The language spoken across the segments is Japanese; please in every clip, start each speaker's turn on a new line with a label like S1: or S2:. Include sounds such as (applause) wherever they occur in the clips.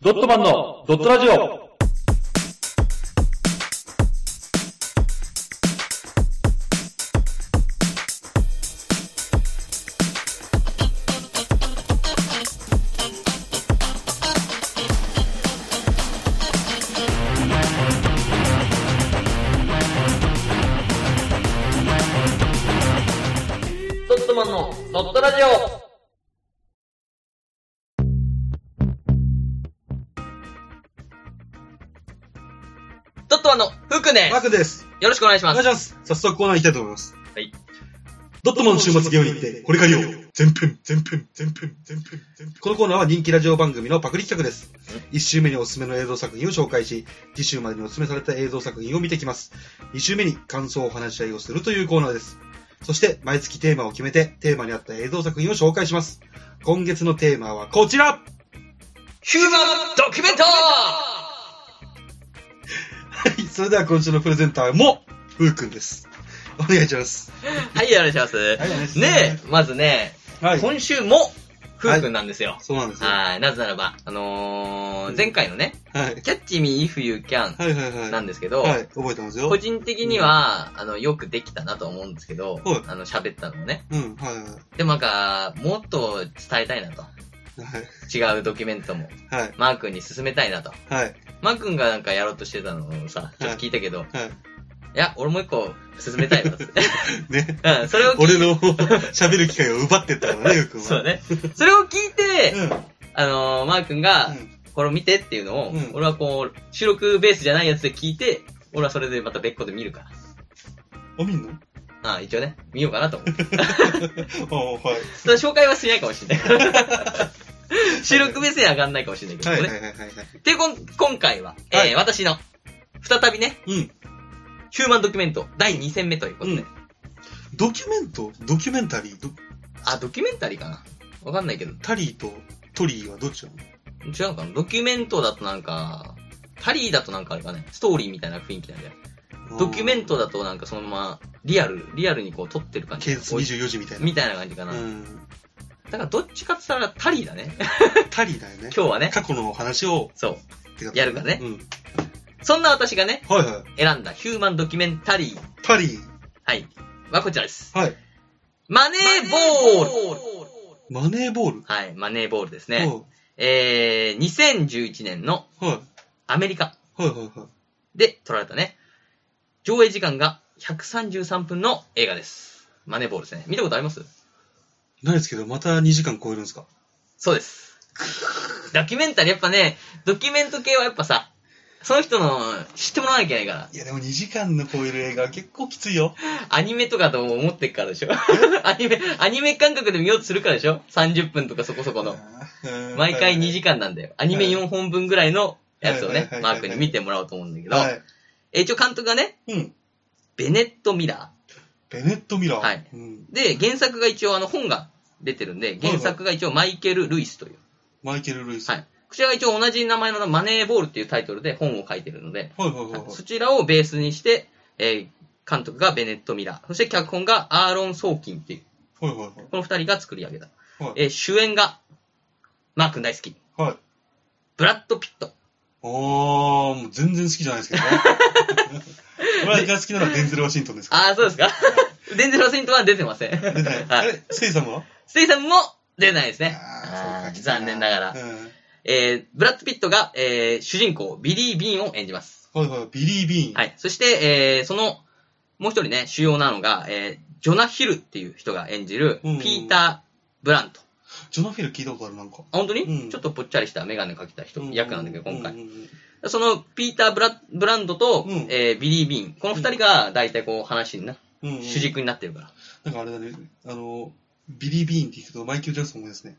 S1: ドットマンのドットラジオ
S2: ドットマンのドットラジオドットマンのふうくんで
S3: マー
S2: す。
S3: クです。
S2: よろしくお願いし
S3: お
S2: ま
S3: 願い
S2: す。
S3: します。早速コーナー行きたいと思います。
S2: はい。
S3: ドットマンの週末ゲームに行って、これ借りよう。全編、全編、全編、全編、全編。このコーナーは人気ラジオ番組のパクリ企画です。1週目におすすめの映像作品を紹介し、2週までにおすすめされた映像作品を見てきます。2週目に感想を話し合いをするというコーナーです。そして、毎月テーマを決めて、テーマに合った映像作品を紹介します。今月のテーマはこちら
S2: ヒューマンドキュメント
S3: はい、それでは今週のプレゼンターも、ふうくんです。お願いします。
S2: はい、お願いします。
S3: いお願いします
S2: ねえ、まずね、
S3: はい。
S2: 今週もふうくんなんですよ。
S3: そうなんですよ。は
S2: はい、なぜならば、あのー、
S3: うん
S2: 前回のね、
S3: い。
S2: キャッチミーイフユーキャン
S3: はいはいはい。
S2: なんですけど、
S3: はい、覚えてますよ。
S2: 個人的には、あの、よくできたなと思うんですけど
S3: はい、
S2: あの、喋ったのもね。
S3: うん、はいはい。
S2: でもなんか、もっと伝えたいなと。
S3: は
S2: 違うドキュメントも、
S3: い、はい、
S2: マー君に勧めたいなと。
S3: はい、
S2: マー君がなんかやろうとしてたのをさ、ちょっと聞いたけど、い、
S3: はい。
S2: や、俺も一個勧めたいわっつって。
S3: ね。
S2: うん、それを聞い
S3: 俺の (laughs) 喋る機会を奪ってったからね、ゆうくんは。
S2: そう。ね。それを聞いて、
S3: うん。
S2: あのー、マー君が、これを見てっていうのを、
S3: うん
S2: 俺はこう、収録ベースじゃないやつで聞いて、俺はそれでまた別個で見るから。
S3: うん。あ、見んの
S2: ああ、一応ね、見ようかなと
S3: (laughs)
S2: 思って。
S3: あはい。
S2: それ紹介はしないかもしれない。
S3: (laughs)
S2: 収録ベースには上がんないかもしれないけど
S3: は
S2: ね。
S3: いはいはいはい。はい
S2: で、こん今回は、えー
S3: はい
S2: 私の、再びね、
S3: うん。
S2: ヒューマンドキュメント第2戦目ということで、
S3: うんドキュメントドキュメンタリード
S2: あ、ドキュメンタリーかなわかんないけど、
S3: タリーとトリーはどっちなの
S2: 違うのかなドキュメントだとなんか、タリーだとなんかあれかね、ストーリーみたいな雰囲気なんだよ。ドキュメントだとなんかそのまま、リアル、リアルにこう撮ってる感じ。
S3: 検閲24時みたいな。
S2: みたいな感じかな。
S3: うん。
S2: だからどっちかって言ったらタリーだね。
S3: タリーだよね。
S2: 今日はね。
S3: 過去のお話を、
S2: そう。
S3: ってこと
S2: やるからね
S3: うん。
S2: そんな私がね、
S3: はいはい。
S2: 選んだヒューマンドキュメンタリー。
S3: タリー。
S2: はい。はこちらです。
S3: はい。
S2: マネーボール
S3: マネーボール。
S2: はい、マネーボールですね。
S3: は
S2: えー、2011年の
S3: い。はい。
S2: アメリカ
S3: はいはいはい。
S2: で撮られたね。上映時間が133分の映画です。マネーボールですね。見たことあります
S3: ないですけど、また2時間超えるんですか
S2: そうです。ドキュメンタリー、やっぱね、ドキュメント系はやっぱさ、その人の知ってもらわなきゃいけないから。
S3: いやでも2時間の超える映画は結構きついよ。
S2: アニメとかと思ってっからで
S3: (laughs)
S2: しょアニメ、アニメ感覚で見ようとするからでしょ ?30 分とかそこそこの。
S3: うん
S2: 毎回2時間なんだよ。アニメ4本分ぐらいのやつを
S3: は
S2: ね
S3: いは、い
S2: マ
S3: はいはい
S2: ークに見てもらおうと思うんだけど、
S3: はいはい
S2: え一応監督がね、
S3: うん。
S2: ベネット・ミラ
S3: ベネット・ミラー。
S2: はい
S3: うん
S2: ー。で、原作が一応あの本が出てるんで、原作が一応マイケル・ルイスという。
S3: マイケル・ルイス。
S2: は
S3: はい。
S2: い。こちらが一応同じ名前のマネーボールっていうタイトルで本を書いてるので、
S3: はいはいはいはい。
S2: そちらをベースにして、えー監督がベネット・ミラー、そして脚本がアーロン・ソーキンっていう、
S3: はいはい
S2: この二人が作り上げた。
S3: はい
S2: えー主演が、マー君大好き、
S3: はい。はい。
S2: ブラッド・ピット。
S3: おー、もう全然好きじゃないですけ
S2: (laughs)
S3: どね。俺が好きなのはデンゼル・ワシントンですか
S2: ああ、そう
S3: (laughs)
S2: ですかデンゼル・ワシントンは出てません。
S3: ら。出ない。あ
S2: はい。
S3: れ、セイさんは
S2: ステイさんも出ないですね。
S3: あーそう
S2: あ
S3: か
S2: ー残念ながら
S3: う。ん
S2: えーブラッド・ピットが、えー主人公、ビリー・ビーンを演じます。
S3: はいはい。ビリー・ビーン。。
S2: はいい。そして、えーその、もう一人ね、主要なのが、えージョナ・ヒルっていう人が演じる、
S3: うん
S2: ピーター・ブラント。
S3: ジョナ・フィル聞いたことある、なんか。
S2: あ本当に、
S3: うん
S2: ちょっとぽっちゃりしたメガネかけた人、役なんだけど、今回。
S3: うんうんうん
S2: その、ピーターブラ・ブランドと、
S3: うん
S2: えービリー・ビーン。この二人が、大体こう、話にな、
S3: うんうん
S2: 主軸になってるから。
S3: なんかあれだね、あの、ビリー・ビーンって言うとマイケル・ジャクソンもですね。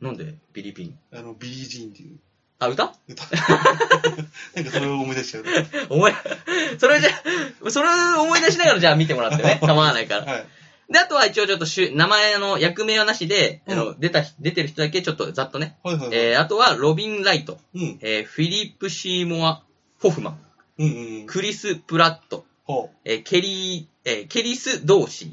S2: なんで、ビリー・ビーン。
S3: あの、ビリー・ジーンっていう (laughs)
S2: あ、歌 (laughs)
S3: 歌。なんかそれを思い出しちゃう。
S2: お前、それじゃ、それ思い出しながらじゃあ見てもらって
S3: (laughs)
S2: ね。構わないから。
S3: はい。
S2: で、あとは一応ちょっと主、名前の役名はなしで、
S3: うん
S2: あの出た人、出てる人だけちょっとざっとね。
S3: はいはいはい。
S2: えー、あとは、ロビン・ライト、
S3: うん。
S2: えー、フィリップ・シーモア・ホフマン、
S3: うんうんうん。
S2: クリス・プラット、
S3: ほう。
S2: えー、ケリー、えー、ケリス・ドーシ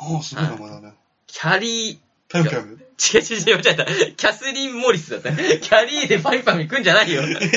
S2: ー、
S3: ああ、すごい名前だね。
S2: キャリー、
S3: パンパ
S2: 違
S3: ン。
S2: う違う違う、間違えた。キャスリン・モリスだった。キャリーでパンパン行くんじゃないよ。
S3: えだって、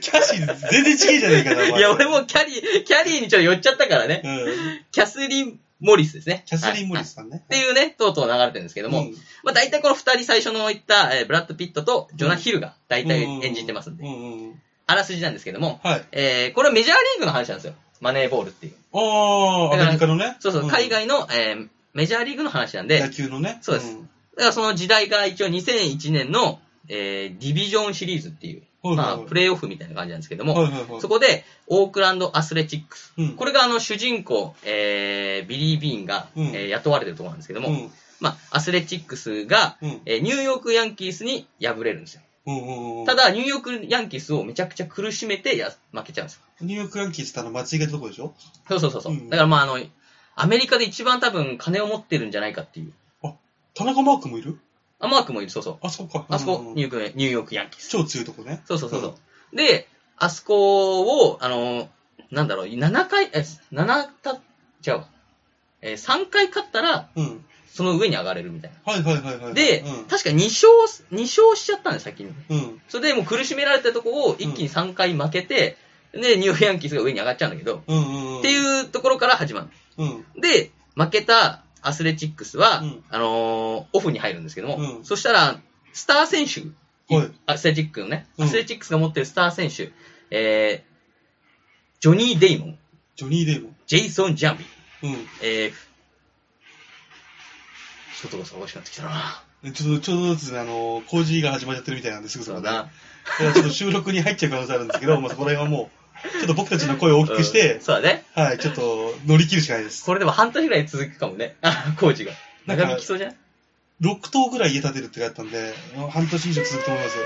S3: キャシー全然違えじゃねえかな、お前
S2: いや、俺もキャリー、キャリーにちょっと寄っちゃったからね。
S3: うん。
S2: キャスリン・モリスですね。
S3: キャスリン・モリ
S2: はい
S3: スさんね。
S2: はいっていうね、とうとう流れてるんですけども、
S3: うん
S2: まあ大体この二人最初の言った、えーブラッド・ピットとジョナ・ヒルが大体演じてますんで、
S3: ううんうん
S2: あらすじなんですけども、
S3: はい。
S2: えーこれはメジャーリーグの話なんですよ。マネーボールっていう。
S3: ああ、
S2: だか
S3: ア
S2: ら
S3: メリカのね。
S2: そうそう、
S3: ん
S2: 海外の、えーメジャーリーグの話なんで、
S3: 野球のね。
S2: そうです
S3: ん。
S2: だからその時代が一応2001年の、えーディビジョンシリーズっていう、
S3: はい
S2: ま
S3: は
S2: あ、
S3: いはい
S2: プレイオフみたいな感じなんですけど
S3: はい
S2: も、
S3: はいはい。
S2: そこで、オークランド・アスレチックス。
S3: うん
S2: これがあの主人公、えービリー・ビーンが、
S3: うん
S2: えー雇われてるところなんですけども、
S3: うん
S2: まあ、アスレチックスが、
S3: うん
S2: えーニューヨーク・ヤンキースに敗れるんですよ。
S3: うんうんうん。
S2: た、だ、ニューヨーク・ヤンキースをめちゃくちゃ苦しめてや負けちゃうんですよ。
S3: ニューヨークヤンキースってあの、間違えたとこでしょ
S2: そうそうそうそう。
S3: うん
S2: だからまあ、あの、アメリカで一番多分金を持ってるんじゃないかっていう。
S3: 田中マークもいる
S2: あ、マークもいる、そうそう。
S3: あそこか。
S2: あそこ
S3: うんう、ん
S2: ニューヨークニューヨーク・ヤンキース。
S3: 超強いとこね。
S2: そうそうそうそう、で、あそこを、あの、なんだろう、7回、え、7た、違うわ。えー、3回勝ったら、
S3: うん。
S2: その上に上がれるみたいな。
S3: はいはいはいはい。
S2: で、確か2勝、2勝しちゃったんです、先に。
S3: うん。うん。
S2: それでもう苦しめられたとこを一気に3回負けて、で、ニューヨークヤンキースが上に上がっちゃうんだけど、
S3: うんうんうん。
S2: って
S3: う。
S2: いうところから始ま
S3: うん。
S2: る。で、負けたアスレチックスは、
S3: うん
S2: あのーオフに入るんですけども、
S3: うん
S2: そしたら、スター選手、
S3: はい
S2: アスレチックのね、
S3: うん
S2: アスレチックスが持ってるスター選手、えー、ジョニー・デイモン、
S3: ジョニー・デイモン。
S2: ジェイソン・ジャンビ、
S3: うん。
S2: えー、一つが騒がしくなってきたな
S3: えちょっと、ちょうどずつね、あの、工事が始まっちゃってるみたいなんですぐそ
S2: そう
S3: こで。
S2: だな。
S3: だからちょっと収録に入っちゃう可能性あるんですけど、まあそこら辺はもう、ちょっと僕たちの声を大きくし
S2: うん
S3: て、
S2: そうだね。
S3: はい、ちょっと乗り切るしかないです。
S2: これでも半年ぐらい続くかもね。あ、工事が。
S3: なんか
S2: 長引きそうじゃない
S3: 6棟ぐらい家建てるって書いてあったんで、半年以上続くと思いますよ。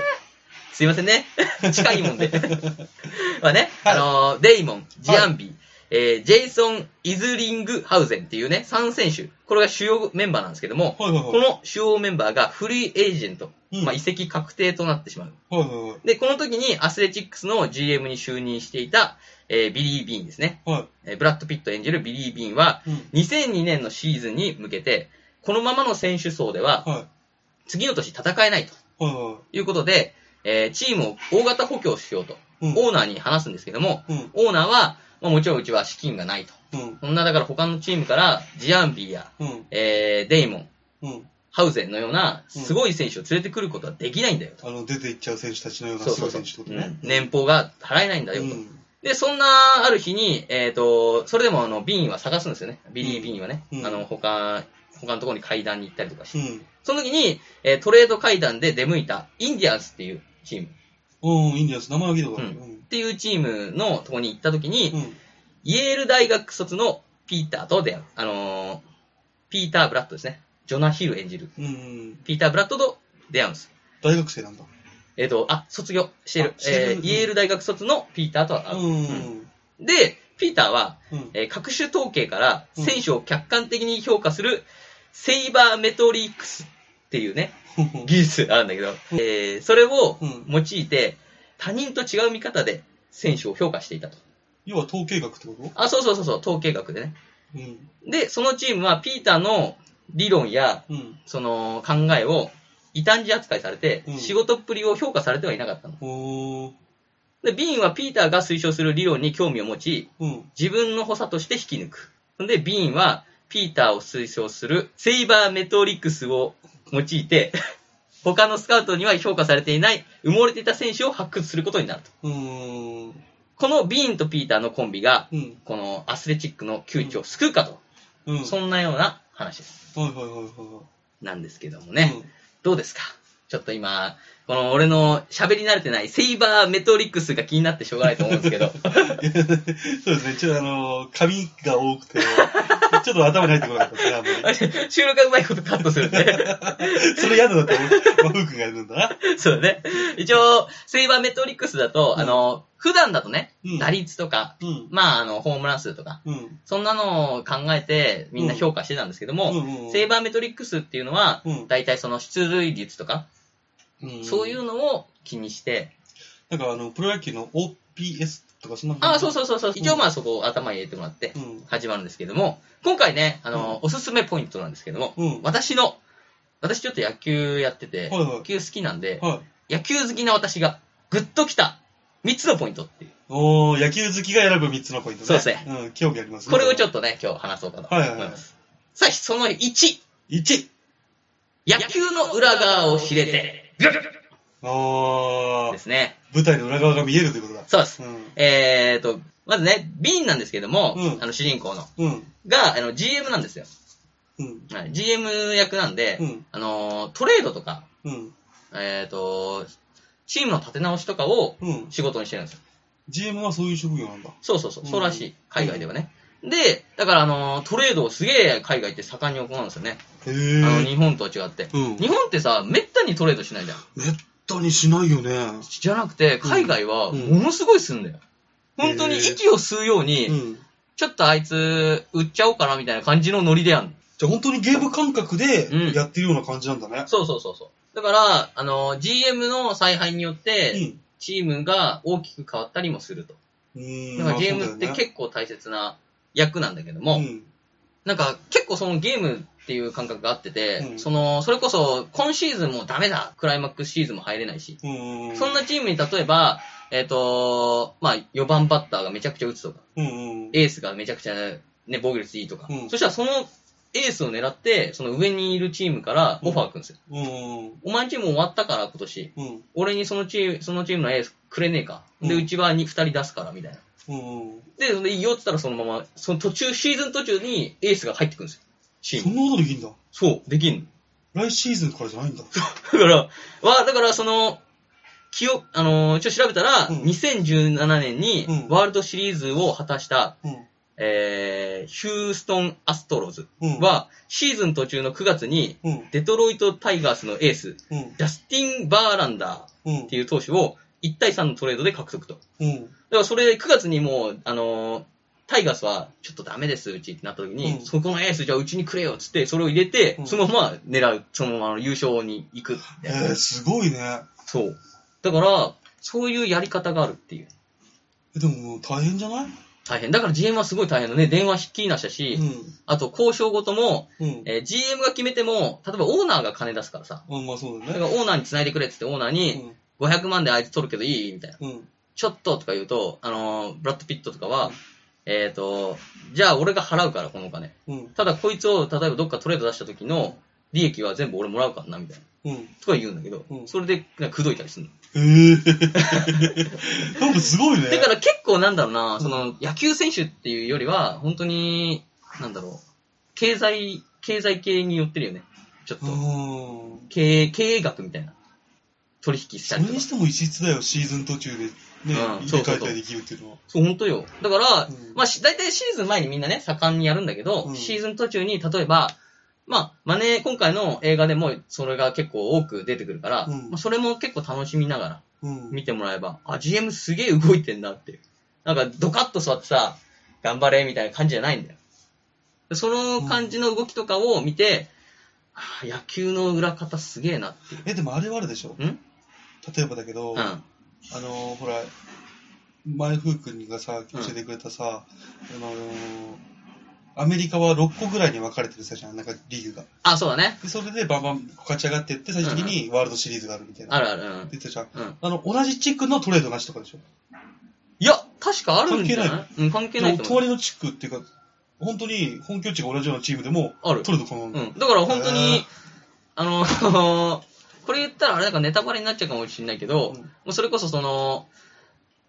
S2: すいません
S3: (laughs)
S2: ね。近いもんで。 (laughs) まあね、
S3: はい
S2: あのーデイモン、ジアンビ、えージェイソン・イズリングハウゼンっていうね、3選手。これが主要メンバーなんですけども、
S3: はいはいはい。
S2: この主要メンバーがフリーエージェント、
S3: うん
S2: まあ、移籍確定となってしまう。
S3: はいはいはい
S2: で、この時にアスレチックスの GM に就任していた、えービリー・ビーンですね。
S3: は
S2: えーブラッド・ピット演じるビリー・ビーンは、
S3: い。うん。
S2: 2002年のシーズンに向けて、このままの選手層では、
S3: は
S2: 次の年戦えないと
S3: い。はいは
S2: いうことで、えーチームを大型補強しようと、
S3: い。うん。
S2: オーナーに話すんですけども、
S3: うん。
S2: オーナーは、まあ、もちろんうちは資金がないと。
S3: うん。
S2: そんな、だから他のチームから、ジアンビーや、
S3: うん。
S2: えーデイモン、
S3: うん。
S2: ハウゼンのような、すごい選手を連れてくることはできないんだよと。
S3: あの、出ていっちゃう選手たちのような
S2: そう
S3: す
S2: そ
S3: ご
S2: う
S3: い
S2: そう
S3: 選手ってこ
S2: う
S3: とね
S2: ん。年俸が払えないんだ
S3: う
S2: よと。
S3: ん。
S2: で、そんなある日に、えっ、と、それでもあの、ビーンは探すんですよね。ビリー・ビーンはね。
S3: うん
S2: あの、他、他のところに階段に行ったりとかして。
S3: うん。
S2: その時に、えートレード階段で出向いた、インディアンスっていうチーム。
S3: うん、いいんじゃないです名前は聞いたことあ
S2: う
S3: る。
S2: ん
S3: うん
S2: っていうチームのとこに行った時に、
S3: うん。
S2: イェール大学卒のピーターと出会う。あのーピーター・ブラッドですね。ジョナ・ヒル演じる。
S3: うんうん。
S2: ピーター・ブラッドと出会うんです。
S3: 大学生なんだ。
S2: えっ、と、あ、卒業してる。
S3: あしてる
S2: えーイェール大学卒のピーターとは会う。
S3: う
S2: うん
S3: ん。
S2: で、ピーターは、
S3: うん。
S2: えー各種統計から選手を客観的に評価する、セイバーメトリックスっていうね、技術があるんだけど、えーそれを
S3: うん (laughs)
S2: 用いて、他人と違う見方で選手を評価していたと。
S3: 要は統計学ってこと
S2: あ、そうそうそうそう、統計学でね。
S3: うん。
S2: で、そのチームはピーターの理論や、
S3: うん。
S2: その考えを異端児扱いされて
S3: う、ん
S2: 仕事っぷりを評価されてはいなかったの。
S3: おー。
S2: で、ビーンはピーターが推奨する理論に興味を持ち、
S3: うん。
S2: 自分の補佐として引き抜く。で、ビーンは、ピーターを推奨するセイバーメトリックスを用いて、 (laughs) 他のスカウトには評価されていない埋もれていた選手を発掘することになると。
S3: うん。
S2: このビーンとピーターのコンビが、
S3: うん。
S2: このアスレチックの窮地を救うかと。
S3: うん。
S2: そ
S3: はい
S2: んなような話です。
S3: はいはいは
S2: なんですけども
S3: い。
S2: ね。どうですかちょっと今、この俺の喋り慣れてないセイバーメトリックスが気になってしょうがないと思うんですけど。 (laughs)
S3: うん。 (laughs) そうですね。ちょっとあの、髪が多くて、 (laughs) ちょっと頭に入ってこなかったですね、あんまり。
S2: 収録がうまいことカットするんで。 (laughs)
S3: それ嫌だなって思う、まあふうくんがやるんだな。
S2: そうね。一応、セイバーメトリックスだと、
S3: うん
S2: あの、普段だとね、
S3: うん
S2: 打率とか、
S3: うん。
S2: まあ、あの、ホームラン数とか、
S3: うん。
S2: そんなのを考えてみんな評価してたんですけど
S3: う
S2: も、
S3: ん。うん
S2: セイバーメトリックスっていうのは、
S3: うん
S2: 大体その出塁率とか、
S3: うん
S2: そういうのを気にして、
S3: なんかあの、プロ野球の OPS とかそんな
S2: ああ、そう
S3: う。
S2: そうそうそう、一応まあそこを頭に入れてもらって
S3: う、ん。
S2: 始まるんですけども、今回ね、あの、おすすめポイントなんですけども、
S3: うん
S2: 私の私ちょっと野球やってて、
S3: はいはい
S2: 野球好きなんで、
S3: はい。
S2: 野球好きな私が、グッときた3つのポイントっていう。
S3: おー、野球好きが選ぶ3つのポイントね。
S2: そうですね。
S3: うん、興味あります
S2: これをちょっ
S3: と。
S2: とね、今日話そうかなと
S3: は
S2: 思
S3: いはい
S2: い
S3: はい
S2: ます。さあ、その1、
S3: 1!
S2: 野球の裏側を知れて、
S3: お
S2: で
S3: ー、
S2: すね。
S3: 舞台の裏側が見えるということだ。
S2: そうです。
S3: う
S2: えーと、まずね、ビーンなんですけども、
S3: うん
S2: あの主人公の、
S3: ん。うん。
S2: が、あの、GM なんですよ。
S3: うん。
S2: はい GM 役なんで、
S3: うん
S2: あのー、トレードとか、
S3: うん。
S2: えーと、チームの立て直しとかを
S3: うん。
S2: 仕事にしてるんですよ。
S3: GM はそういう職業なんだ。
S2: そうそうそう、
S3: うん
S2: そうらしい、海外ではね。で、だからあのー、トレードをすげえ海外って盛んに行うんですよね。
S3: へ
S2: あの、
S3: ー。
S2: 日本とは違って。
S3: うん。
S2: 日本ってさ、めったにトレードしないじゃん。
S3: めったにしないよね。
S2: じゃなくて、海外は
S3: うん
S2: ものすごいすんだよ。
S3: うん
S2: 本当に息を吸うよう
S3: う
S2: に、
S3: ん。
S2: ちょっとあいつ、売っちゃおうかなみたいな感じのノリでやんの。
S3: じゃあ本当にゲーム感覚
S2: うん
S3: でやってるような感じなんだね。
S2: そうそうそうそう。だから、あのー、GM の采配によっ
S3: う
S2: て、
S3: ん。
S2: チームが大きく変わったりもすると。
S3: うん。
S2: だからゲームって
S3: まあそうだよね
S2: 結構大切な役なんだけども、なんか結構そのゲームっていう感覚があってて、
S3: うん
S2: その、それこそ今シーズンもダメだ、クライマックスシーズンも入れないし、
S3: うん。うん。
S2: そんなチームに例えば、えっ、と、まあ4番バッターがめちゃくちゃ打つとか、
S3: うんうん。
S2: エースがめちゃくちゃね、防御率いいとか、
S3: うん
S2: そしたらそのエースを狙って、その上にいるチームからオファーが来るんですよ。
S3: うん。
S2: お前んチーム終わったから今年、
S3: うん。
S2: 俺にそのチーム、そのチームのエースくれねえか。で、
S3: う
S2: うんちは 2, 人出すから、みたいな。
S3: うんうん。
S2: で、それでいいよって言ったらそのまま、その途中、シーズン途中にエースが入ってくるんですよ。チー
S3: そ
S2: ム。
S3: んなことできんだ。
S2: そう、できん
S3: 来シーズンからじゃないんだ。
S2: の。だから、わ、だからその、記憶、あのーちょっと調べたら、
S3: うん
S2: 2017年に
S3: うん
S2: ワールドシリーズを果たした、
S3: うん。
S2: えー、ヒューストン・アストロズ
S3: うん。
S2: は、シーズン途中の9月に、
S3: うん。
S2: デトロイト・タイガースのエース、
S3: うん。
S2: ジャスティン・バーランダ
S3: うん
S2: ーっていう投手を1対3のトレードで獲得と。だ
S3: うん。
S2: からそれで9月にもう、あのータイガースはちょっとダメです、うちってなった時に、
S3: うん
S2: そこのエースじゃあうちにくれよっつって、それを入れて、
S3: うん
S2: そのまま狙う、そのまま優勝に行くみ
S3: え
S2: たいな
S3: ー、すごいね。
S2: そう。だから、そういうやり方があるっていう。
S3: えでも、大変じゃない
S2: 大変。だから GM はすごい大変だね。電話ひっきりなしだし、
S3: うん。
S2: あと交渉ごとも、
S3: うん。
S2: えー GM が決めても、例えばオーナーが金出すからさ、
S3: うん、まあそう
S2: だ
S3: だ
S2: か
S3: ね。
S2: らオーナーに繋いでくれって言ってオーナーに、500万であいつ取るけどいいみたいな。
S3: うん。うん。
S2: ちょっととか言うと、あのーブラッド・ピットとかは、えっ、と、じゃあ俺が払うから、このお金。
S3: うん。
S2: ただこいつを、例えばどっかトレード出した時の利益は全部俺もらうからな、みたいな。
S3: うん。
S2: とか言うんだけど、
S3: うん
S2: それで、なんか口説いたりするの。
S3: えー。なんかすごいね。
S2: だから結構なんだろうな、その、野球選手っていうよりは、本当に、なんだろう、経済、経済系に寄ってるよね。ちょっと
S3: う。ん。
S2: 経営、経営学みたいな。取引し
S3: そ
S2: た
S3: れ
S2: りとか
S3: に。しても異質だよ、シーズン途中でね、
S2: うん
S3: 入れ替えたりできるっていうのは。
S2: そう、本当よ。だから、
S3: うん
S2: まあ、し大体シーズン前にみんなね、盛んにやるんだけど、
S3: うん
S2: シーズン途中に、例えば、まあ、マネー、今回の映画でもそれが結構多く出てくるから、
S3: うん
S2: まあ、それも結構楽しみながら
S3: うん。
S2: 見てもらえば、あ、GM すげえ動いてんなっていう。なんか、ドカッと座ってさ、頑張れみたいな感じじゃないんだよ。その感じの動きとかを見て、あー野球の裏方すげえなっていう。
S3: え、でもあれはあるでしょ
S2: ん
S3: 例えばだけど、
S2: うん。
S3: あ
S2: あ
S3: のー、ほら、前風君がさ、教えてくれたさ、あのー、アメリカは6個ぐらいに分かれてるさじゃん、なんかリーグが。
S2: そうだね。
S3: で、それでバンバン勝ち上がっていって、最終的にワールドシリーズがあるみたいな。
S2: あるある。
S3: って言ってたじゃん。
S2: うん。うん。
S3: あの、同じ地区のトレードなしとかでしょ。
S2: いや、確かあるんじゃないうん、関係
S3: で
S2: な
S3: も
S2: いと思う。
S3: 隣の地区っていうか、本当に本拠地が同じようなチームでも、
S2: ある
S3: トレード可能
S2: う
S3: なの。
S2: ん。だから本当
S3: へ
S2: に
S3: ー、
S2: あの、 (laughs) これ言ったらあれなんかネタバレになっちゃうかもしれないけど、
S3: うん
S2: もうそれこそその、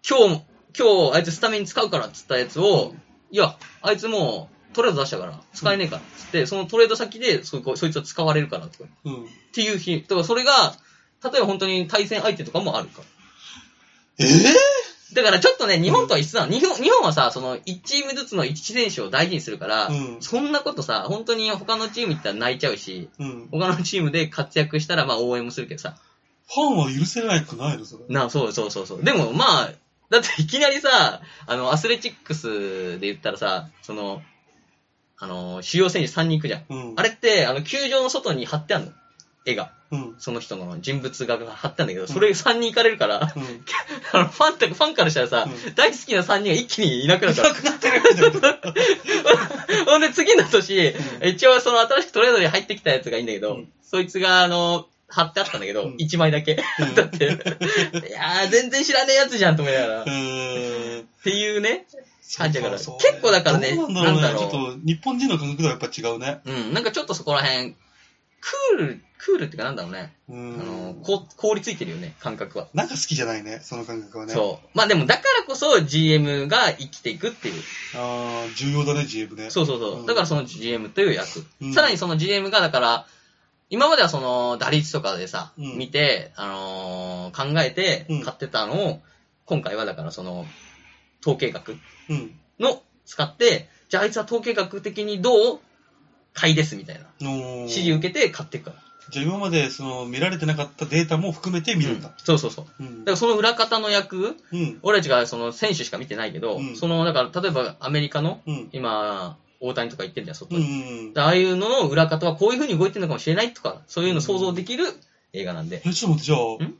S2: 今日、今日あいつスタメン使うからっつったやつを、いや、あいつもうトレード出したから、使えねえからっつって、そのトレード先でそこそいつは使われるからとか、っ
S3: うん。
S2: ていう日、だからそれが、例えば本当に対戦相手とかもあるから。
S3: えぇ
S2: だからちょっとね、日本とは一緒なの。日本日本はさ、その1チームずつの1選手を大事にするから、
S3: うん
S2: そんなことさ、本当に他のチーム行ったら泣いちゃうし、
S3: うん。
S2: 他のチームで活躍したらまあ応援もするけどさ。
S3: ファンは許せなくないのそれ。
S2: なあ、そうそうそうそう。でもまあ、だっていきなりさ、あの、アスレチックスで言ったらさ、その、あの、主要選手3人行くじゃん。
S3: うん。
S2: あれって、あの、球場の外に貼ってあるの。絵が、 (laughs)
S3: うん。
S2: その人の人物画が貼ったんだけど、それ3人行かれるから、
S3: うん。
S2: あのファンってファンからしたらさ、
S3: う
S2: 大好きな3人が一気にいなくなっちゃう。
S3: くなってるみたいな。
S2: (laughs) ほんで次の年、
S3: う
S2: 一応その新しくトレードに入ってきたやつがいいんだけど、
S3: うん
S2: そいつがあの、貼ってあったんだけど、
S3: うん
S2: 1枚だけ。
S3: うん
S2: だって、いやー全然知らねえやつじゃんと思いながら。っ
S3: うーん。
S2: ていうね、感じだから、
S3: そうそう
S2: 結構だからね、
S3: どう
S2: な
S3: なんんだ
S2: だ
S3: ろうね。ち
S2: ろ
S3: ょ
S2: う
S3: っと、日本人の感覚とはやっぱ違うね。
S2: うん、なんかちょっとそこら辺、クール、クールってかなんだろうね。
S3: う
S2: あ
S3: ー
S2: の
S3: ん。
S2: こ凍りついてるよね、感覚は。
S3: なんか好きじゃないね、その感覚はね。う。
S2: そう。まあでも、だからこそ GM が生きていくっていう。
S3: あー重要だね、GM ね。
S2: そうそうそう。だからその GM という役。
S3: うん
S2: さらにその GM が、だから、今まではその打率とかでさ、
S3: うん
S2: 見て、あのー考えて
S3: うん
S2: 買ってたのを、今回はだからその、統計学
S3: うん。
S2: の使って、じゃああいつは統計学的にどう買いですみたいな。
S3: の
S2: 指示受けて買っていくから。
S3: じゃあ今までその見られてなかったデータも含めて見るん
S2: う
S3: だ。
S2: そうそうそう。だ
S3: うん
S2: からその裏方の役、
S3: うん。
S2: 俺たちがその選手しか見てないけど、
S3: うん
S2: その、だから例えばアメリカの、
S3: うん。
S2: 今、大谷とか言ってるじゃん、外
S3: う
S2: に。
S3: ん。
S2: ああいうのの裏方はこういう風に動いてるのかもしれないとか、そういうの想像できる映画なんで。
S3: え、ちょっと待って、じゃあ
S2: ん、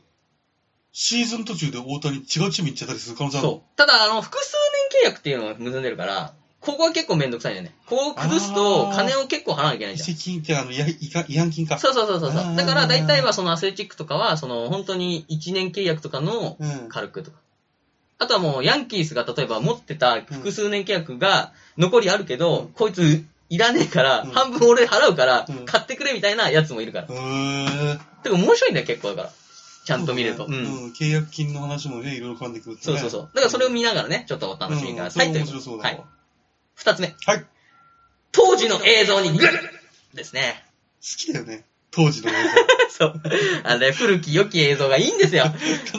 S3: シーズン途中で大谷違うチーム行っちゃったりする可能性あるの
S2: そう。ただ、あの、複数年契約っていうのが結んでるから、ここは結構めんどくさいんだよね。ここを崩すと
S3: あー
S2: 金を結構払わなきゃいけない
S3: 移
S2: じゃん。
S3: 籍金ってあの、違反違反金か。
S2: そうそうそうそう
S3: あ
S2: そう。
S3: ー
S2: だから大体はそのアスレチックとかは、その本当に1年契約とかの
S3: うん。
S2: 軽くとか。あとはもうヤンキースが例えば持ってた複数年契約が残りあるけど、
S3: うん
S2: こいついらねえから、
S3: うん
S2: 半分俺払うから
S3: うん、
S2: 買ってくれみたいなやつもいるから。
S3: うーん。
S2: てか面白いんだよ結構だから。ちゃんと見ると。
S3: そうだ
S2: う
S3: ね
S2: ん
S3: うん。契約金の話もね、いろいろ絡んでくるって
S2: そ
S3: ね
S2: うそうそう。だからそれを見ながらね、ちょっとお楽しみください。
S3: うん
S2: という
S3: 面
S2: こと
S3: 白
S2: で
S3: そうだ
S2: は
S3: わ
S2: い。二つ目。
S3: はい。好
S2: 当時の映像にグッですね。
S3: きだよね。当時の映
S2: そう。あのね、古き良き映像がいいんですよ。
S3: 像。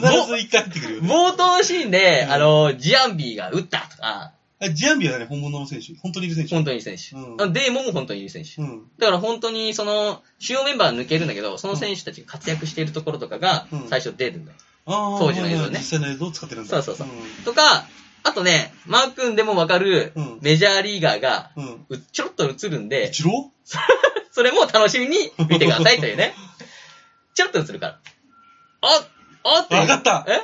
S2: (laughs)
S3: 必ず一回入ってくるよね。
S2: 冒頭シーンで、
S3: うん
S2: あの、ジアンビーが打ったとか、
S3: あジアンビはね、本物の選手。本当にいる選手。
S2: 本当にいい選手。
S3: うん
S2: あのデーモンも本当にいい選手。
S3: うん。
S2: だから本当にその、主要メンバーは抜けるんだけど、その選手たちが活躍しているところとかが
S3: うん、
S2: 最初出るんだよ。
S3: ああ、
S2: 当時の映像ね
S3: 実際の映像を使ってるんだ。
S2: そうそうとか、あとね、マー君でもわかる
S3: うん、
S2: メジャーリーガーが、
S3: うん。うん。
S2: うちょろっと映るんで
S3: イ、チロ
S2: それも楽しみに見てくださいというね。ちょっと映るから。ああって。
S3: ーわかった
S2: え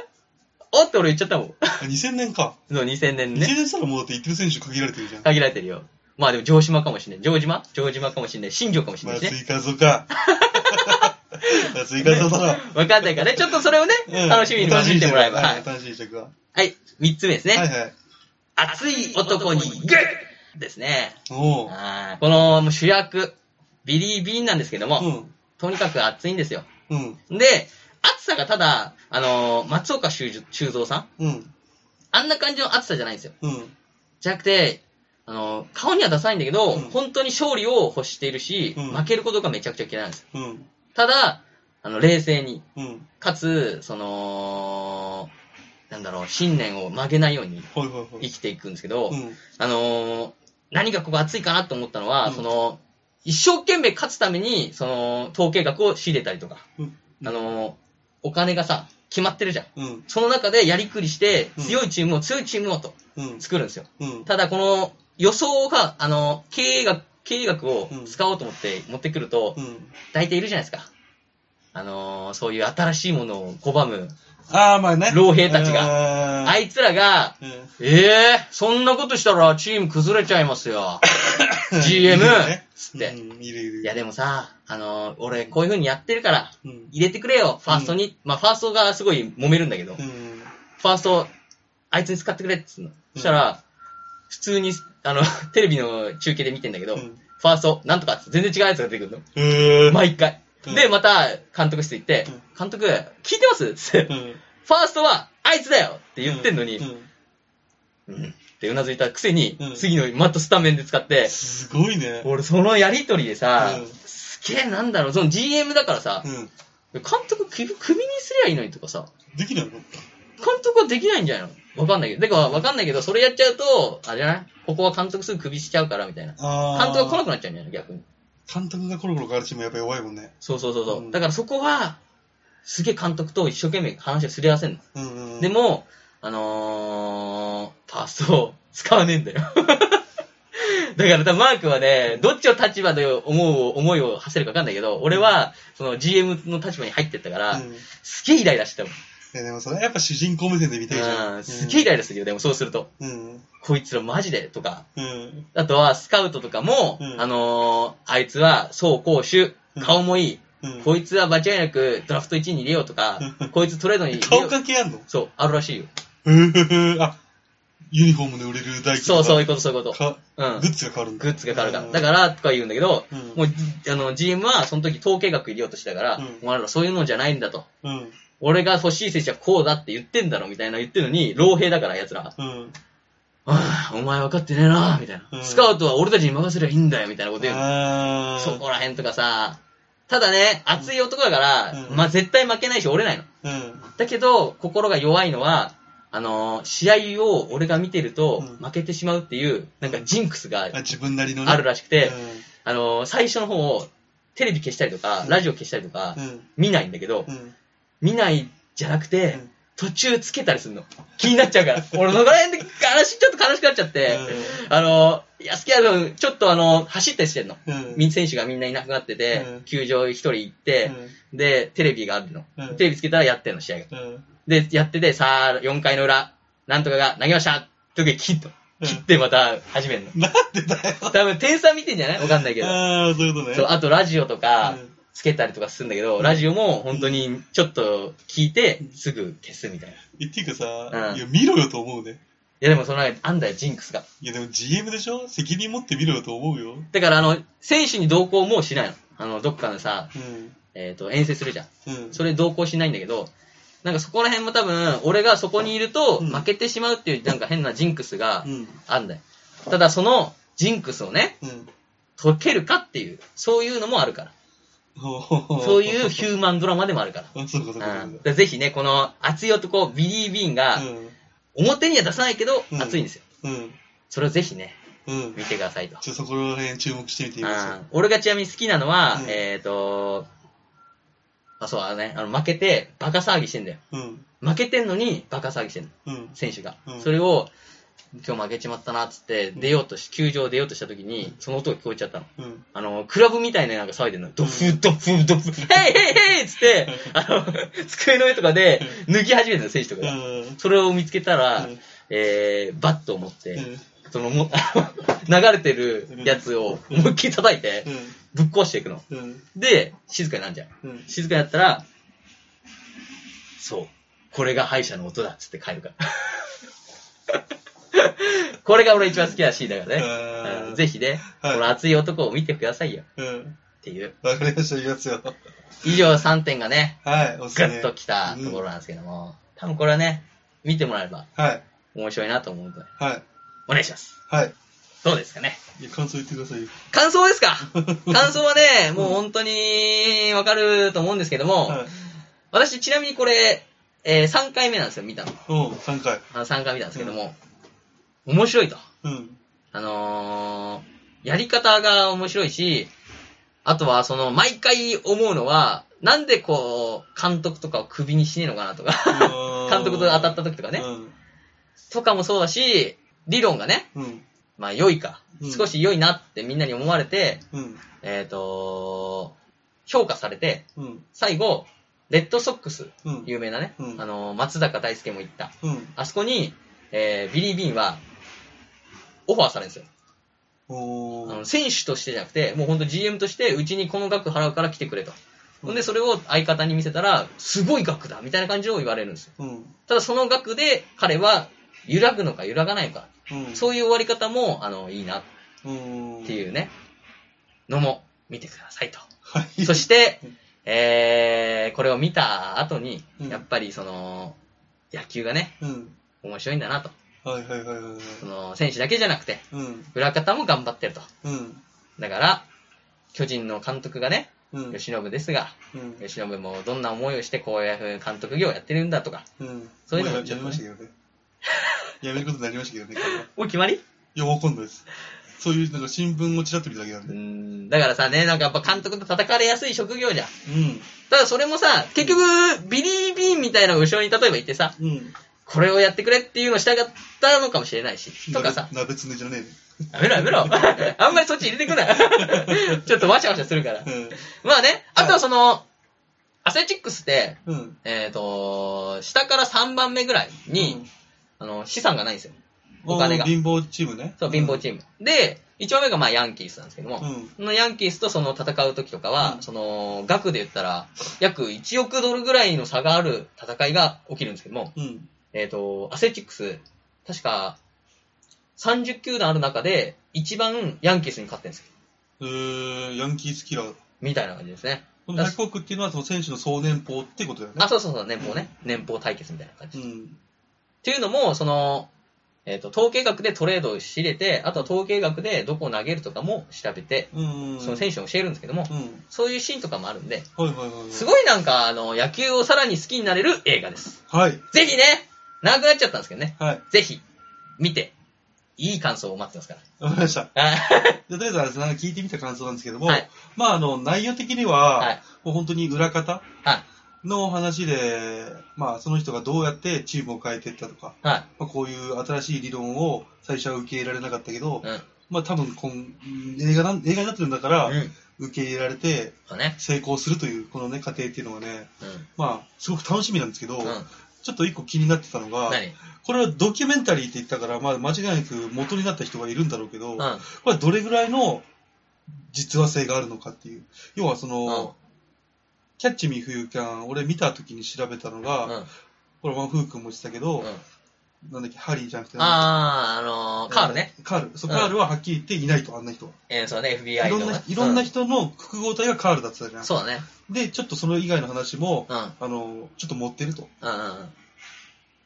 S2: あって俺言っちゃったもん。
S3: あ ?2000 年か。
S2: の2000年
S3: 2000
S2: (laughs) ね。
S3: 年したらもうだって言ってる選手限られてるじゃん。
S2: 限られてるよ。まあでも城島かもしれない。城島城島かもしれない。新庄かもしれないし
S3: 松
S2: ね。
S3: 井和夫
S2: (laughs)
S3: か。松井和夫だな。
S2: わかんないからね。ちょっとそれをね、
S3: うん
S2: 楽しみにまず見てもらえば。はい。
S3: 楽しみにしてくわ
S2: はい。3つ目ですね。
S3: はいはい。
S2: 熱い男にグッですね。
S3: おお。
S2: あーこのもう主役、ビリー・ビーンなんですけども、
S3: うん。
S2: とにかく熱いんですよ。
S3: うん。
S2: で、暑さがただ、あのー松岡修修造さん
S3: うん。
S2: あんな感じの暑さじゃないんですよ。
S3: うん。
S2: じゃなくて、あのー顔には出さないんだけど、
S3: うん
S2: 本当に勝利を欲しているし、
S3: うん
S2: 負けることがめちゃくちゃ嫌いなんですよ。
S3: うん。
S2: ただ、あの、冷静に、
S3: うん。
S2: かつ、その、なんだろう、信念を曲げないように
S3: ほいほいほ
S2: 生
S3: い。
S2: きていくんですけど、
S3: うん。
S2: あのー何がここ熱いかなと思ったのは、
S3: うん
S2: その、一生懸命勝つために、その、統計学を仕入れたりとか、
S3: うん
S2: あのーお金がさ、決まってるじゃん。
S3: うん。
S2: その中でやりくりして、
S3: うん
S2: 強いチームを強いチームをと
S3: うん。
S2: 作るんですよ。
S3: うん。
S2: ただこの予想が、あの、経営学、経営学を
S3: うん
S2: 使おうと思って持ってくると
S3: う、ん。
S2: 大体いるじゃないですか。あのーそういう新しいものを拒む。
S3: ああ、まあね。
S2: 老兵たち
S3: が
S2: あ
S3: い。
S2: いつらが、
S3: うん
S2: ええそんなことしたらチーム崩れちゃいます
S3: (laughs)
S2: よ。GM
S3: いるよね
S2: つって
S3: うんいるいるいる
S2: いやでもさ、あのー俺こういう風にやってるから、
S3: うん。
S2: 入れてくれよ、ファーストに。まあ、ファーストがすごい揉めるんだけど、
S3: う
S2: フ
S3: ん。
S2: ァースト、あいつに使ってくれっつうの。そしたら、普通に、あの、 (laughs) テレビの中継で見てんだけど、
S3: うん
S2: ファースト、なんとかっつって全然違うやつが出てくるの。
S3: へー
S2: 毎回。
S3: うん
S2: で、また、監督室行って
S3: うん、
S2: 監督、聞いてますつって
S3: う
S2: フ
S3: ん
S2: ァーストは、あいつだよって言ってんの
S3: う
S2: に、
S3: ん
S2: うん。ってうなずいたくせに
S3: う、ん
S2: 次のまたスタメンで使って、
S3: すごいね。
S2: 俺、そのやりとりでさ
S3: うん、
S2: すげえなんだろう、その GM だからさ
S3: う、ん。
S2: 監督クビクビにすりゃいいのにとかさ、
S3: できないの
S2: 監督はできないんじゃないのわかんないけど。てか、わかんないけど、それやっちゃうと、あれじゃないここは監督すぐクビしちゃうから、みたいな。
S3: ああ。
S2: 監督が来なくなっちゃうんじゃない逆に。
S3: 監督がコロコロ変わるチームやっぱ弱いもんね。
S2: そうそうそうそう、
S3: うん
S2: だからそこは、すげえ監督と一生懸命話をすり合わせるの。
S3: うんうん。
S2: で、も、あのー、パスを使わねえんだよ。 (laughs) だから多分マークはね、どっちを立場で思う、思いを馳せるか分かんないけど、俺は、その GM の立場に入ってったから、
S3: うん
S2: すげえイライラしてたもん。
S3: いやでもそれはやっぱ主人公目線で見たいじゃん。
S2: うん、すげえイライラするよ、でもそうすると。
S3: うん。
S2: こいつらマジでとか。
S3: うん。
S2: あとは、スカウトとかも、
S3: うん
S2: あのーあいつは、走攻守、顔もいい、
S3: うん。
S2: こいつは間違いなくドラフト1位に入れようとか、
S3: うん
S2: こいつトレードに入れよ
S3: 顔
S2: う
S3: 関係あんの
S2: そう、あるらしいよ。
S3: うふふあ、ユニフォームで売れる大工
S2: そうそういう
S3: と
S2: こと、そういうこと。
S3: か。
S2: う
S3: か
S2: ん
S3: グ。ッズが変わるんだ。
S2: グッズが変わるから。だ
S3: ら、
S2: から、とか言うんだけど、
S3: うん
S2: もう、じあの、GM はその時統計学入れようとしたから、
S3: うん
S2: お前らそういうのじゃないんだと。
S3: うん。
S2: 俺が欲しい選手はこうだって言ってんだろ、みたいな言ってるのに、老兵だから、奴ら。
S3: うん。
S2: ああ、お前分かってねえな、みたいな、
S3: うん
S2: スカウトは俺たちに任せりゃいいんだよ、みたいなこと言うの。
S3: あー
S2: そこら辺とかさ。ただね、熱い男だから、
S3: うん
S2: まあ絶対負けないし折れないの。
S3: うん。
S2: だけど、心が弱いのは、あのー試合を俺が見てると
S3: うん
S2: 負けてしまうっていう、なんかジンクスが
S3: あ、自分なりのね。
S2: あるらしくて、
S3: う
S2: あのー最初の方をテレビ消したりとか、
S3: うん
S2: ラジオ消したりとか、
S3: ん。うん。
S2: 見ないんだけど、
S3: うん。
S2: 見ないじゃなくて、
S3: うん
S2: 途中つけたりするの。気になっちゃう
S3: (laughs)
S2: から。俺そこら辺で悲しい、ちょっと悲しくなっちゃって、あのー、いや、好きなの、ちょっとあのー、走ったりしてんの。
S3: うん。
S2: み選手がみんないなくなってて、
S3: うん
S2: 球場一人行って、で、テレビがあるの。
S3: うん
S2: テレビつけたらやってんの、試合が。
S3: うん。うん。
S2: で、やってて、さあ、4回の裏、なんとかが投げました時キッと。
S3: うん
S2: 切ってまた始めるの。
S3: なんでだよ。
S2: 多分、点差見てんじゃないわかんないけど。
S3: ああ、そういうことね。
S2: そう、あとラジオとか
S3: うん、
S2: つけたりとかするんだけど、
S3: うん
S2: ラジオも本当にちょっと聞いて
S3: うん、
S2: すぐ消すみたいな。い
S3: 言っていうかさ、
S2: うん
S3: いや、見ろよと思うね。
S2: や、でもその中であんだよ、ジンクスが。
S3: いや、でも GM でしょ責任持って見ろよと思うよ。
S2: だから、あの、選手に同行もうしないの。あの、どっかのさ、
S3: うん。
S2: えっ、と、遠征するじゃん。
S3: うん。
S2: それ同行しないんだけど、なんかそこら辺も多分、俺がそこにいると
S3: うん
S2: 負けてしまうっていうなんか変なジンクスが
S3: うん。
S2: あんだよ。ただそのジンクスをね、
S3: うん。
S2: 解けるかっていう、そういうのもあるから。
S3: ほほほ
S2: そういうヒューマンドラマでもあるから。
S3: あ、そうかそうかそうか。
S2: うん、だからぜひね、この熱い男、ビリー・ビーンが、表には出さないけど
S3: う、ん
S2: 熱いんですよ。
S3: うん。うん。
S2: それをぜひね、
S3: うん。
S2: 見てくださいと。
S3: ちょっとそこら辺注目してみてみます
S2: うん俺がちなみに好きなのは、
S3: うん
S2: えっ、と、あ、そう、あのね、あの負けて、バカ騒ぎしてんだよ。
S3: よ。うん。
S2: 負けてんのに、バカ騒ぎしてんの。
S3: うん。
S2: 選手が、
S3: うん
S2: それを今日負けちまったなっつって
S3: うん
S2: 出ようとし球場出ようとした時にその音が聞こえちゃったの
S3: うん。
S2: あのクラブみたいななんか騒いでるのドフードフードフー
S3: (laughs)
S2: ヘイヘイヘイっつってあの (laughs) 机の上とかで脱ぎ始めてるの選手とか
S3: うん
S2: が。それを見つけたら、
S3: うん
S2: えー、バットを持って、
S3: うん
S2: そのも (laughs) 流れてるやつを思いっきり叩いてぶっ壊していくの
S3: うん。うん。
S2: で静かになるじゃん
S3: うん。
S2: 静かになったらそうこれが歯医者の音だっつって帰る
S3: (laughs)
S2: からこれが俺一番好きなシーンだからね
S3: う、ん
S2: うんぜひね、
S3: はい
S2: この熱い男を見てくださいよ
S3: うん。
S2: っていう
S3: わかりました、いきますよ。 (laughs)
S2: 以上3点がね
S3: はい、おす
S2: グ
S3: すめ。
S2: ッときたところなんですけども、多分これはね見てもらえば
S3: はい、
S2: 面白いなと思うので
S3: はい、
S2: お願いします
S3: はい。
S2: どうですかね
S3: いや感想言ってくださいよ。
S2: 感想
S3: (laughs)
S2: ですか感想はね、もう本当にわかると思うんですけども、
S3: はい。
S2: 私ちなみにこれ、え3回目なんですよ、見たの。
S3: うん、3回。
S2: あの参加見たんですけども、面白いと。
S3: うん。
S2: (laughs) あのーやり方が面白いし、あとはその、毎回思うのは、なんでこう、監督とかをクビにしねえのかなとか、監督と当たった時とかね、とかもそうだし、理論がね、
S3: うん。うん。
S2: まあ良いか
S3: う、ん
S2: 少し良いなってみんなに思われて、
S3: うん。
S2: えっ、と評価されて、
S3: うん。
S2: 最後、レッドソックス、
S3: うん。
S2: 有名なね、
S3: うん
S2: あのー松坂大輔も行った。
S3: うん。
S2: あそこに、えービリー・ビーンは、オファーされるんですよ。
S3: お
S2: あ
S3: ー
S2: の選手としてじゃなくて、もう本当 GM として、うちにこの額払うから来てくれと。ほんで、それを相方に見せたら、すごい額だみたいな感じを言われるんですよ。
S3: うん。
S2: ただ、その額で彼は揺らぐのか揺らがないのか。
S3: うん。
S2: そういう終わり方も、あの、いいなっ
S3: うん。
S2: て
S3: う。
S2: いうね、のも見てくださ
S3: (laughs)
S2: いと。
S3: はい。
S2: そして
S3: うん、
S2: えー、これを見た後に、
S3: うん
S2: やっぱりその、野球がね、
S3: うん。
S2: 面白いんだなと。
S3: はいはいはいはいはい。
S2: その、選手だけじゃなくて、
S3: うん。
S2: 裏方も頑張ってると。
S3: うん。
S2: だから、巨人の監督がね、
S3: うん。
S2: 吉信ですが、
S3: うん。
S2: 吉信もどんな思いをしてこういうふうに監督業をやってるんだとか、
S3: うん。
S2: そういうの
S3: も
S2: も
S3: うややめましたけどね。やめることになりましたけどね。これは
S2: お決まり
S3: いや、わかんないです。そういう、なんか新聞をちらっと見ただけなん
S2: う
S3: で。
S2: ん、だからさね、なんかやっぱ監督と叩かれやすい職業じゃん。
S3: うん。
S2: ただそれもさ、結局、ビリー・ビーンみたいなのが後ろに例えばいてさ、
S3: うん。
S2: これをやってくれっていうのを従ったのかもしれないし、とかさ、
S3: なべつねじゃねえね。
S2: やめろや (laughs) めろ。あんまりそっち入れてくな。ちょっとわしゃわしゃするから。まあね、あとはその、アスレチックスって、
S3: うん。うん。
S2: えっ、と、下から3番目ぐらいに、あの、資産がないんですよ。
S3: うん、
S2: お金が
S3: 貧乏チームね。
S2: そう、貧乏チーム。で、1番目がまあヤンキースなんですけども、
S3: ーム。
S2: そのヤンキースとその戦う時とかは、
S3: うん
S2: その、額で言ったら、約1億ドルぐらいの差がある戦いが起きるんですけども、
S3: うん。うん。
S2: えっ、と、アスレチックス、確か、30球団ある中で、一番ヤンキースに勝ってるんですよ。
S3: えー、ヤンキースキラー。
S2: みたいな感じですね。
S3: この100億っていうのはその選手の総年俸ってことだよね。
S2: あ、そうそうそう、年俸ね。年俸対決みたいな感じ。
S3: う
S2: っ
S3: ん。
S2: ていうのも、その、えっ、と、統計学でトレードを仕入れて、あとは統計学でどこを投げるとかも調べて、
S3: うん。
S2: その選手に教えるんですけども、
S3: うん。
S2: そういうシーンとかもあるんで、
S3: はいはいはいはい。
S2: すごいなんか、あの、野球をさらに好きになれる映画です。
S3: はい。
S2: ぜひね、長くなっちゃったんですけどね、
S3: はい。
S2: ぜひ、見て、いい感想を待ってますから。
S3: わかりました。
S2: あ
S3: じゃあとりあえずあれですね聞いてみた感想なんですけども、
S2: はい
S3: まあ、あの、内容的
S2: ー
S3: には、
S2: はい。
S3: もう本当に裏方
S2: はい。
S3: の話で、まあ、その人がどうやってチームを変えていったとか、
S2: はい。
S3: まあ、こういう新しい理論を最初は受け入れられなかったけど、
S2: うん。
S3: まあ、多分今、映画なん映画になってるんだから、
S2: うん。
S3: 受け入れられて
S2: そうね。
S3: 成功するという、このね、過程っていうのはね、
S2: う
S3: まあ、すごく楽しみなんですけど、
S2: ん。うん。
S3: ちょっと一個気になってたのが、
S2: 何
S3: これはドキュメンタリーって言ったから、まあ、間違いなく元になった人がいるんだろうけど、
S2: うん。うん。
S3: これはどれぐらいの実話性があるのかっていう。要はその、キャッチミーフユーキャン、俺見た時に調べたのが、
S2: うん。
S3: これワンフー君も言ってたけど、
S2: うん。
S3: なんだっけ、ハリーじゃなくて、
S2: あー、あのー、カールね。。
S3: カール。そう、
S2: うん
S3: カールははっきり言っていないと、あんな人は。
S2: えー、そうね、
S3: い
S2: FBI
S3: ろ
S2: の
S3: んな
S2: ね。、
S3: いろんな
S2: う
S3: 人の複合体がカールだって言ったじゃん。
S2: そうだね。
S3: で、ちょっとその以外の話も、
S2: うん。
S3: あの、ちょっと持ってると。
S2: うんうんうん。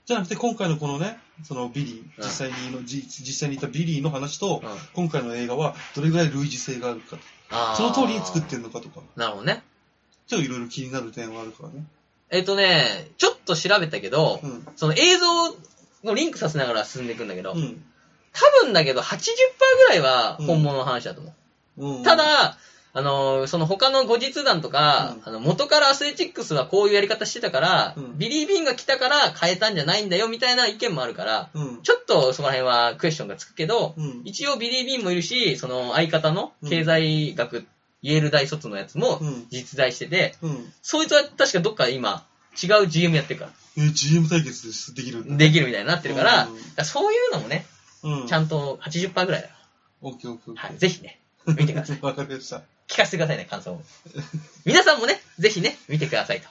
S3: じゃなくて、今回のこのね、そのビリー、
S2: うん
S3: 実際にの、じ実際にいたビリーの話と、
S2: うん
S3: 今回の映画はどれぐらい類似性があるかと
S2: あー
S3: その通りに作ってるのかとか、
S2: なるほどね。
S3: ちょっといろいろ気になる点はあるからね。
S2: えっ、とね、ちょっと調べたけど、
S3: うん。
S2: その映像のリンクさせながら進んでいくんだけど、
S3: うん
S2: 多分だけど80%ぐらいは本物の話だと思
S3: うん
S2: う。た、だ、あのーその他の後日談とか、
S3: うん
S2: あの元からアスレチックスはこういうやり方してたから、
S3: うん
S2: ビリー・ビンが来たから変えたんじゃないんだよみたいな意見もあるから、
S3: うん。
S2: ちょっとそこら辺はクエスチョンがつくけど、
S3: うん。
S2: 一応ビリー・ビンもいるし、その相方の経済学、イェール大卒のやつも
S3: うん。
S2: 実在してて、
S3: うん。
S2: そいつは確かどっか今違う GM やってるか
S3: えー、GM 対決ですできるん
S2: ら、
S3: だ。
S2: できるみたいになってるから、
S3: うん
S2: だからそういうのもね、
S3: うん。
S2: ちゃんと80%ぐらいだか
S3: オッケーオッケーオッ
S2: ら、
S3: ケ
S2: はい、
S3: ー。
S2: ぜひね、見てくだ
S3: (laughs)
S2: さい。
S3: わかりました。
S2: 聞かせてくださいね、感想を。皆さんもね、ぜひね、見てくださいと。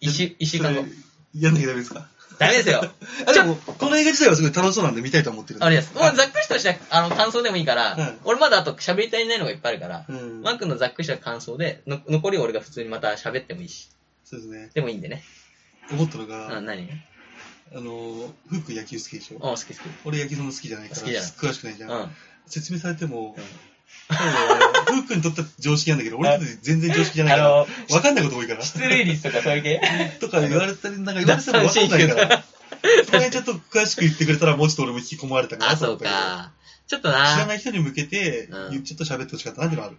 S2: 一週、一週間後
S3: それ。。やんなきゃダメですか
S2: ダメですよ。
S3: あ、でも、この映画自体はすごい楽しそうなんで見たいと思ってるんで
S2: あれです。もうざっくりとした、あの、感想でもいいから、
S3: うん
S2: 俺まだあと喋り足りないのがいっぱいあるから、
S3: うん。
S2: マー君のざっくりした感想で、の残りを俺が普通にまた喋ってもいいし、
S3: そうですね。
S2: でもいいんでね。
S3: 思ったの
S2: う
S3: が、
S2: ん、何
S3: あの、フック野球好きでし
S2: お
S3: ょ
S2: 好き好き。
S3: 俺野球そんな好きじゃないから、
S2: 好きじゃない
S3: 詳しくないじ
S2: う
S3: ゃ
S2: ん。
S3: ん。説明されても
S2: うん、
S3: フックにとっては常識なんだけど、俺にとって全然常識じゃないから、わ
S2: あ
S3: かんないこと多いから。
S2: 出塁率とかそういう系
S3: とか言われたり、なんか言
S2: (laughs)
S3: われてもわかんないから。そこにちょっと詳しく言ってくれたら、もうちょっと俺も引き込まれたかな
S2: あ、
S3: と
S2: そ
S3: 思っ
S2: う
S3: たけど。
S2: か。ちょっと
S3: 知ら
S2: な。
S3: ない人に向けて
S2: う、ん
S3: ちょっと喋ってほしかったなっていうのは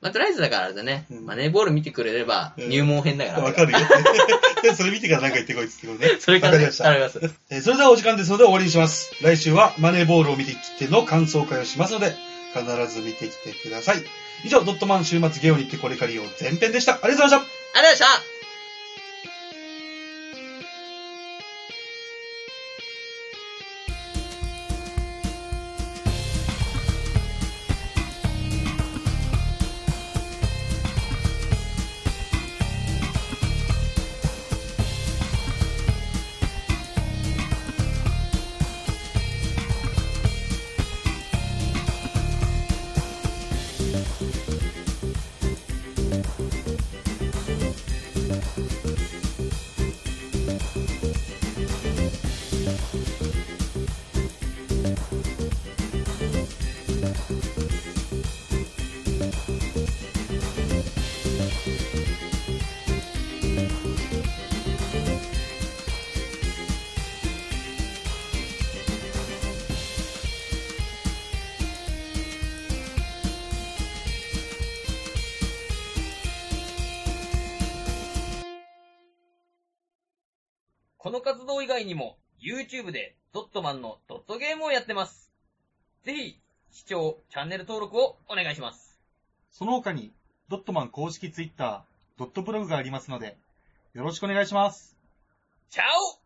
S2: まあ、とりあえずだからあれだね。
S3: うん
S2: マネーボール見てくれれば
S3: うん
S2: 入門編だか
S3: あ
S2: ら。
S3: る。わ
S2: (laughs)
S3: かるよって。でそれ見てからなんか言ってこいっつってことね。
S2: それから
S3: わ
S2: ね、
S3: かりました。
S2: ります。
S3: えーそれではお時間ですので終わりにします。来週はマネーボールを見てきての感想会をしますので、必ず見てきてください。以上、ドットマン週末ゲオに行ってこれ借りよう前編でした。ありがとうございま
S2: ありがと
S3: した。
S2: うございましたこの活動以外にも、YouTube でドットマンのドットゲームをやってます。ぜひ、視聴、チャンネル登録をお願いします。
S4: その他に、ドットマン公式ツイッター、ドットブログがありますので、よろしくお願いします。
S2: チャオ